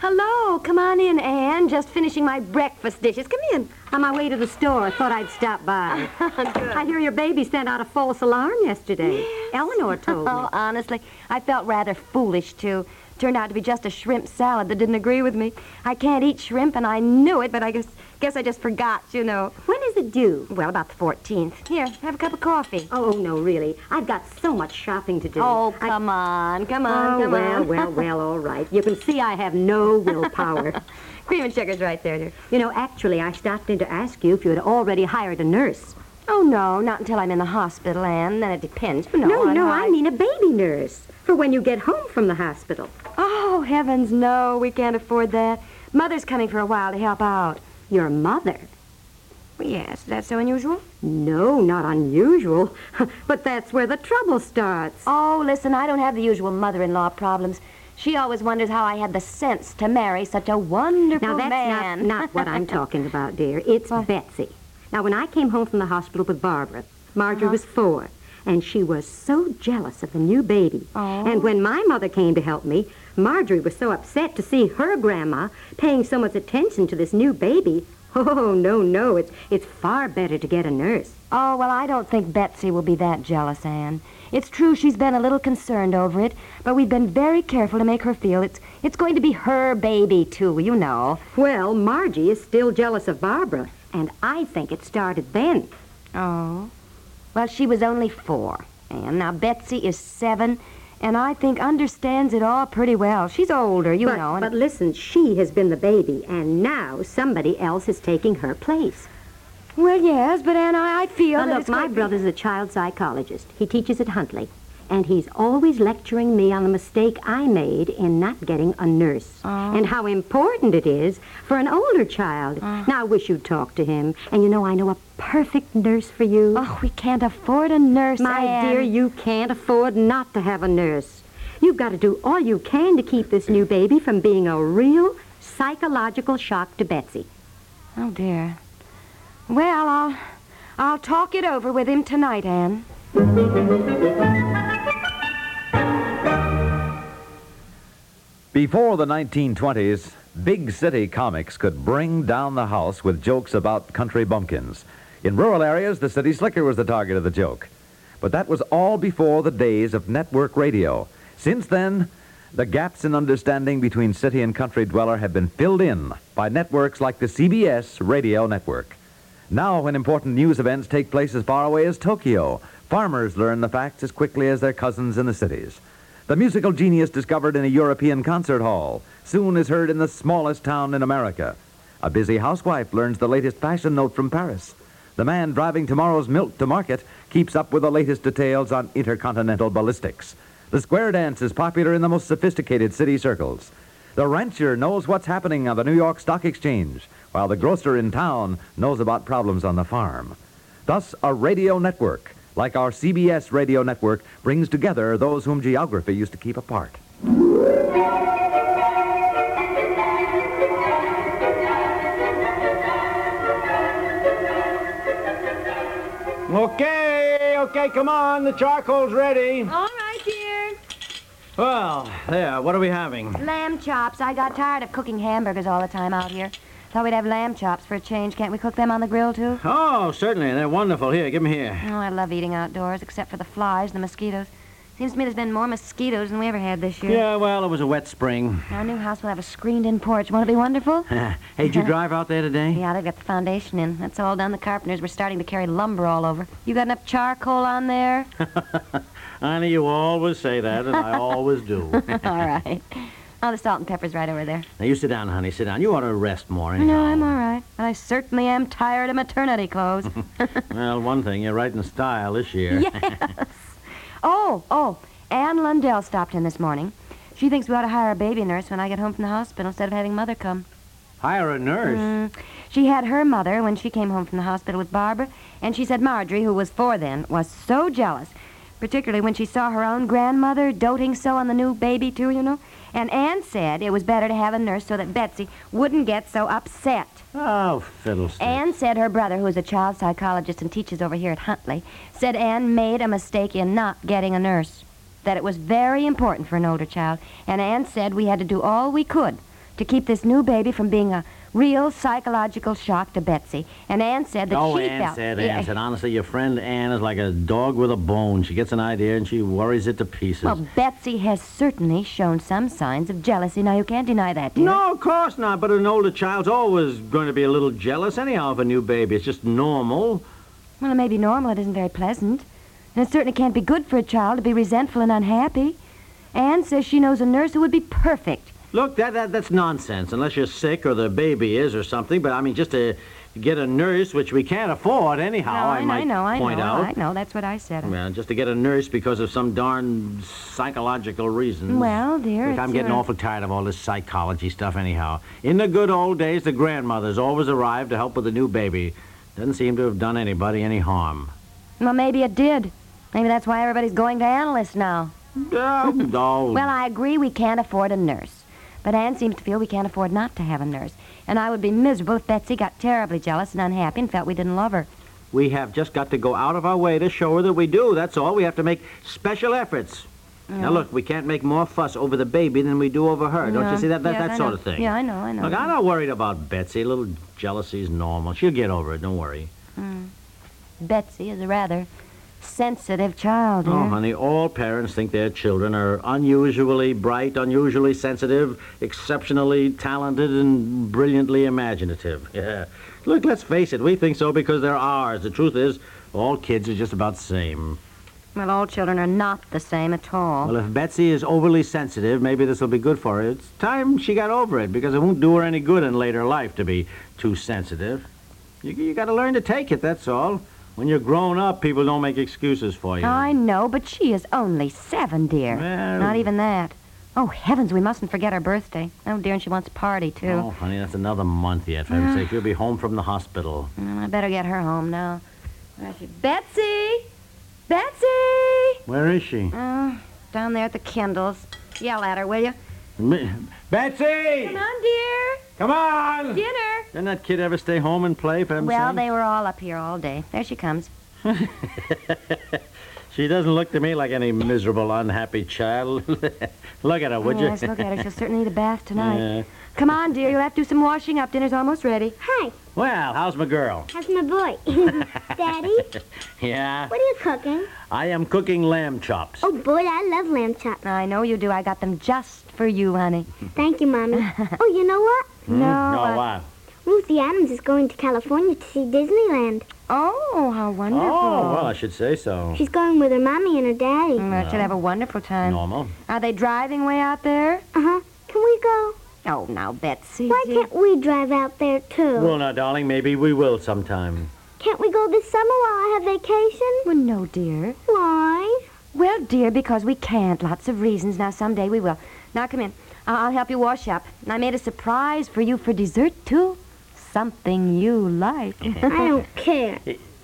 Hello, come on in, Anne. Just finishing my breakfast dishes. Come in. On my way to the store, thought I'd stop by. I hear your baby sent out a false alarm yesterday. Eleanor told me. Oh, honestly, I felt rather foolish, too. Turned out to be just a shrimp salad that didn't agree with me. I can't eat shrimp, and I knew it, but I guess, guess I just forgot, you know. When is it due? Well, about the 14th. Here, have a cup of coffee. Oh, no, really. I've got so much shopping to do. Oh, I- come on, come on, Oh, come well, on. well, well, all right. You can see I have no willpower. Cream and sugar's right there, dear. you know, actually, I stopped in to ask you if you had already hired a nurse. Oh, no, not until I'm in the hospital, Anne. Then it depends. But no, No, I'm no, not. I mean a baby nurse for when you get home from the hospital. Oh, heavens, no, we can't afford that. Mother's coming for a while to help out. Your mother. Yes, that's so unusual. No, not unusual. but that's where the trouble starts. Oh, listen, I don't have the usual mother-in-law problems. She always wonders how I had the sense to marry such a wonderful now, that's man. not, not what I'm talking about, dear. It's Betsy. Now, when I came home from the hospital with Barbara, Uh-huh. Marjorie was four, and she was so jealous of the new baby. Oh. And when my mother came to help me, Marjorie was so upset to see her grandma paying so much attention to this new baby. Oh, no, no. It's, it's far better to get a nurse. Oh, well, I don't think Betsy will be that jealous, Anne. It's true she's been a little concerned over it, but we've been very careful to make her feel it's it's going to be her baby, too, you know. Well, Margie is still jealous of Barbara, and I think it started then. Oh. Well, she was only four, Anne. Now, Betsy is seven, and I think understands it all pretty well. She's older, you but, know. and- but listen, she has been the baby, and now somebody else is taking her place. well, yes, but Anne, I, I feel Now, that look, it's my going to be- brother's a child psychologist. He teaches at Huntley, and he's always lecturing me on the mistake I made in not getting a nurse Oh. and how important it is for an older child. Oh. Now, I wish you'd talk to him. And you know, I know a perfect nurse for you. Oh, we can't afford a nurse, My Anne. dear, you can't afford not to have a nurse. You've got to do all you can to keep this new baby from being a real psychological shock to Betsy. Oh dear. Well, I'll I'll talk it over with him tonight, Anne. Before the 1920s, big city comics could bring down the house with jokes about country bumpkins. In rural areas, the city slicker was the target of the joke. But that was all before the days of network radio. Since then, the gaps in understanding between city and country dweller have been filled in by networks like the CBS radio network. Now, when important news events take place as far away as Tokyo, farmers learn the facts as quickly as their cousins in the cities. The musical genius discovered in a European concert hall soon is heard in the smallest town in America. A busy housewife learns the latest fashion note from Paris. The man driving tomorrow's milk to market keeps up with the latest details on intercontinental ballistics. The square dance is popular in the most sophisticated city circles. The rancher knows what's happening on the New York Stock Exchange, while the grocer in town knows about problems on the farm. Thus, a radio network, like our CBS radio network, brings together those whom geography used to keep apart. Okay, okay, come on. The charcoal's ready. All right, dear. Well, there, what are we having? Lamb chops. I got tired of cooking hamburgers all the time out here. Thought we'd have lamb chops for a change. Can't we cook them on the grill too? Oh, certainly. They're wonderful. Here, give 'em here. Oh, I love eating outdoors, except for the flies and the mosquitoes. Seems to me there's been more mosquitoes than we ever had this year. Yeah, well, it was a wet spring. Our new house will have a screened-in porch. Won't it be wonderful? hey, did you drive out there today? Yeah, they've got the foundation in. That's all done. The carpenters were starting to carry lumber all over. You got enough charcoal on there? Honey, you always say that, and I always do. now, All right. Oh, the salt and pepper's right over there. you sit down, honey. Sit down. You ought to rest more, anyhow. No, I'm all right. But I certainly am tired of maternity clothes. Well, one thing, you're right in style this year. yes. Oh, oh. Anne Lundell stopped in this morning. She thinks we ought to hire a baby nurse when I get home from the hospital instead of having Mother come. Hire a nurse. Mm. She had her mother when she came home from the hospital with Barbara, and she said Marjorie, who was four then, was so jealous, particularly when she saw her own grandmother doting so on the new baby, too, you know. And Anne said it was better to have a nurse so that Betsy wouldn't get so upset. Oh, fiddlesticks. Anne said her brother, who is a child psychologist and teaches over here at Huntley, said Anne made a mistake in not getting a nurse. That it was very important for an older child. And Anne said we had to do all we could to keep this new baby from being a real psychological shock to Betsy. And Anne said that oh, she Anne felt. said, Yeah. Anne said, honestly, your friend Anne is like a dog with a bone. She gets an idea and she worries it to pieces. Well, Betsy has certainly shown some signs of jealousy. Now, you can't deny that, dear. no, of course not. But an older child's always going to be a little jealous anyhow of a new baby. It's just normal. Well, it may be normal. It isn't very pleasant. And it certainly can't be good for a child to be resentful and unhappy. Anne says she knows a nurse who would be perfect. Look, that, that that's nonsense, unless you're sick or the baby is or something. But I mean, just to get a nurse, which we can't afford anyhow, No, Oh, I, know, might Oh, I know, I point know, out. I know. That's what I said. Well, just to get a nurse because of some darn psychological reason. Well, dear, Look, I'm it's getting your- awful tired of all this psychology stuff, anyhow. In the good old days, the grandmothers always arrived to help with the new baby. Doesn't seem to have done anybody any harm. Well, maybe it did. Maybe that's why everybody's going to analysts now. Oh, no. Well, I agree we can't afford a nurse. But Anne seems to feel we can't afford not to have a nurse. And I would be miserable if Betsy got terribly jealous and unhappy and felt we didn't love her. We have just got to go out of our way to show her that we do. That's all. We have to make special efforts. Now, look, we can't make more fuss over the baby than we do over her. Don't Yeah. you see that? That, Yes, that I sort know. of thing. Yeah, I know, I know. Look, I'm not worried about Betsy. A little jealousy's normal. She'll get over it. Don't worry. Betsy is a rather sensitive child. Oh, dear. honey, all parents think their children are unusually bright, unusually sensitive, exceptionally talented, and brilliantly imaginative. Yeah. Look, let's face it. We think so because they're ours. The truth is, all kids are just about the same. Well, all children are not the same at all. Well, if Betsy is overly sensitive, maybe this will be good for her. It's time she got over it because it won't do her any good in later life to be too sensitive. You, you got to learn to take it, that's all. When you're grown up, people don't make excuses for you. I know, but she is only seven, dear. Well- Not even that. Oh, heavens, we mustn't forget her birthday. Oh, dear, and she wants a party, too. Oh, honey, that's another month yet. For heaven's sake, you'll be home from the hospital. Well, Mm, I better get her home now. Where is she? Betsy! Betsy! Where is she? Oh, down there at the Kindles. Yell at her, will you? M- Betsy! Come on, dear. Come on! Dinner. Didn't that kid ever stay home and play, for heaven's Well, sake? they were all up here all day. There she comes. She doesn't look to me like any miserable, unhappy child. look at her, would yes, you? look at her. She'll certainly need a bath tonight. Yeah. Come on, dear. You'll have to do some washing up. Dinner's almost ready. Hi, Well, how's my girl? how's my boy? Daddy, Yeah? what are you cooking? I am cooking lamb chops. Oh, boy, I love lamb chops. I know you do. I got them just for you, honey. Thank you, Mommy. Oh, you know what? No. no, uh, wow. Ruthie Adams is going to California to see Disneyland. Oh, how wonderful. Oh, well, I should say so. She's going with her mommy and her daddy. Mm, well, she'll have a wonderful time. Normal. Are they driving way out there? Uh-huh. Can we go? Oh, now, Betsy. Why dear. can't we drive out there, too? Well, now, darling, maybe we will sometime. can't we go this summer while I have vacation? Well, no, dear. Why? Well, dear, because we can't. Lots of reasons. Now, someday we will. Now, come in. I- I'll help you wash up. And I made a surprise for you for dessert, too. Something you like. I don't care.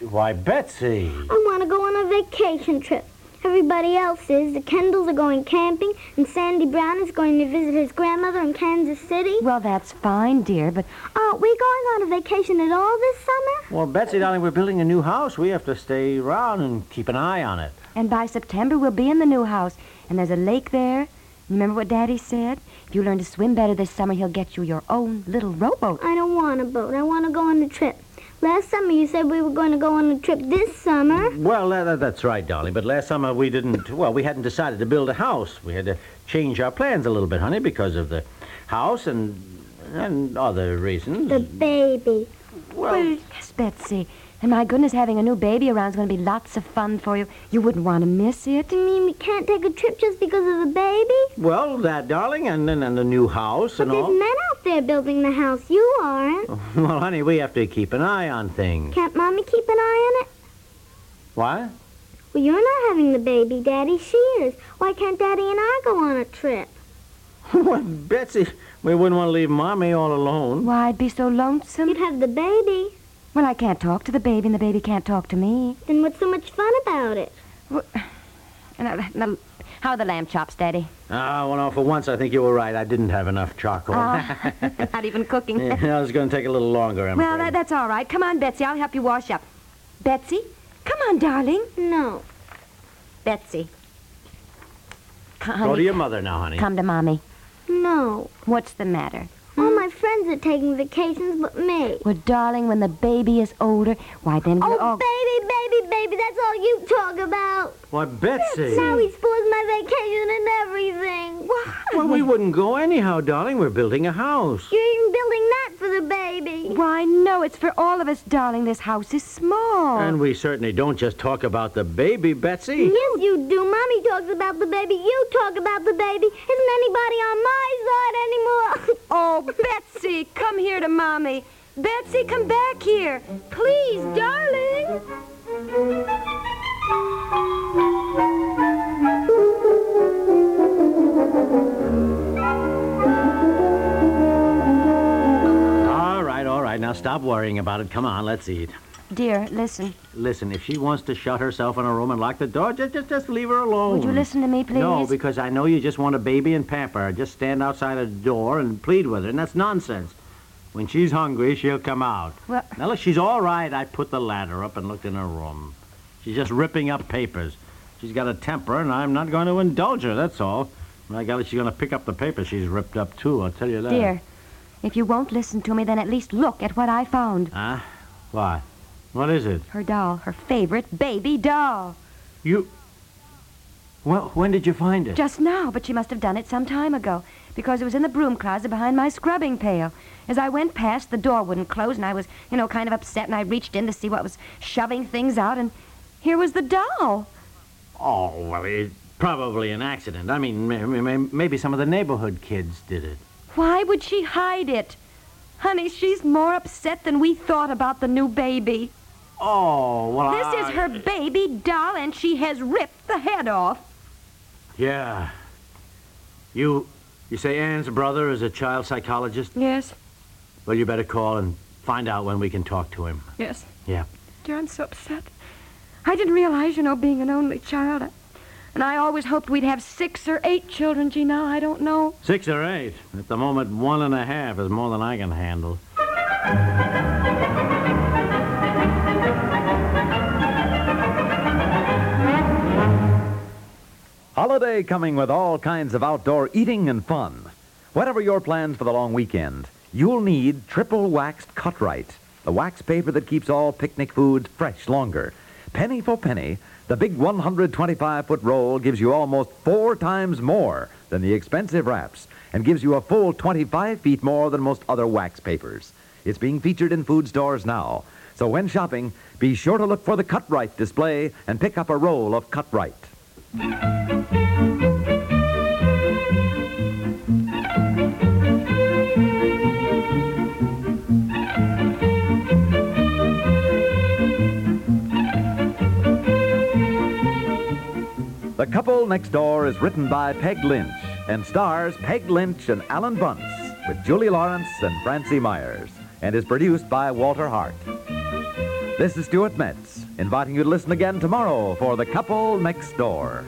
Why, Betsy. I want to go on a vacation trip. Everybody else is. The Kendalls are going camping, and Sandy Brown is going to visit his grandmother in Kansas City. well, that's fine, dear, but Aren't Uh, we going on a vacation at all this summer? Well, Betsy, darling, we're building a new house. We have to stay around and keep an eye on it. And by September, we'll be in the new house. And there's a lake there. Remember what Daddy said? If you learn to swim better this summer, he'll get you your own little rowboat. I don't want a boat. I want to go on a trip. Last summer you said we were going to go on a trip this summer. Well, that, that- that's right, darling. But last summer we didn't. Well, we hadn't decided to build a house. We had to change our plans a little bit, honey, because of the house and and other reasons. The baby. well, Yes, Betsy. And my goodness, having a new baby around is going to be lots of fun for you. You wouldn't want to miss it. You mean we can't take a trip just because of the baby? well, that, darling, and and, and the new house But and there's all. men out there building the house. You aren't. Well, honey, we have to keep an eye on things. Can't Mommy keep an eye on it? Why? Well, you're not having the baby, Daddy. She is. Why can't Daddy and I go on a trip? Well, Betsy, we wouldn't want to leave Mommy all alone. Why, I'd be so lonesome. You'd have the baby. Well, I can't talk to the baby, and the baby can't talk to me. Then what's so much fun about it? Now, now, how are uh, the lamb chops, Daddy? Ah, well, no, for once, I think you were right. I didn't have enough charcoal. Not even cooking. Yeah, that was going to take a little longer, I'm Oh. Well, afraid. that, that's all right. Come on, Betsy. I'll help you wash up. Betsy? Come on, darling. No. Betsy. C- Go to honey, your mother now, honey. come to Mommy. No. What's the matter? All my friends are taking vacations but me. Well, darling, when the baby is older, why then we'll Oh, all... baby, baby, baby, that's all you talk about. Why, Betsy. Now he spoils my vacation and everything. Well, we wouldn't go anyhow, darling. We're building a house. You're even building that for the baby. Why, no, it's for all of us, darling. This house is small. And we certainly don't just talk about the baby, Betsy. Yes, you do. Mommy talks about the baby. You talk about the baby. Isn't anybody on my side anymore? Oh, Betsy, come here to Mommy. Betsy, come back here. Please, darling. All right, all right. Now stop worrying about it. Come on, let's eat. Dear, listen. Listen, if she wants to shut herself in a room and lock the door, just just, just leave her alone. Would you listen to me, please? Oh, No, because I know you just want a baby and pamper her. Just stand outside the door and plead with her, and that's nonsense. When she's hungry, she'll come out. Well- Now, look, she's all right. I put the ladder up and looked in her room. She's just ripping up papers. She's got a temper, and I'm not going to indulge her, that's all. My golly, she's going to pick up the paper she's ripped up, too, I'll tell you that. Dear, if you won't listen to me, then at least look at what I found. Huh? Why? What is it? Her doll, her favorite baby doll. You... Well, when did you find it? Just now, but she must have done it some time ago, because it was in the broom closet behind my scrubbing pail. As I went past, the door wouldn't close, and I was, you know, kind of upset, and I reached in to see what was shoving things out, and here was the doll. Oh, well, it's probably an accident. I mean, may, may- may, maybe some of the neighborhood kids did it. Why would she hide it? Honey, she's more upset than we thought about the new baby. Oh, well, This is her baby doll, and she has ripped the head off. Yeah. You, you say Anne's brother is a child psychologist? Yes, Well, you better call and find out when we can talk to him. yes. Yeah. Dear, I'm so upset. I didn't realize, you know, being an only child. I, and I always hoped we'd have six or eight children, Gee, now I don't know. Six or eight. At the moment, one and a half is more than I can handle. Holiday coming with all kinds of outdoor eating and fun. Whatever your plans for the long weekend, you'll need triple waxed Cutright, the wax paper that keeps all picnic foods fresh longer. Penny for penny, the big 125 foot roll gives you almost four times more than the expensive wraps and gives you a full 25 feet more than most other wax papers. It's being featured in food stores now. So when shopping, be sure to look for the Cutright display and pick up a roll of Cutright. The Couple Next Door is written by Peg Lynch and stars Peg Lynch and Alan Bunce with Julie Lawrence and Francie Myers and is produced by Walter Hart. This is Stuart Metz, inviting you to listen again tomorrow for The Couple Next Door.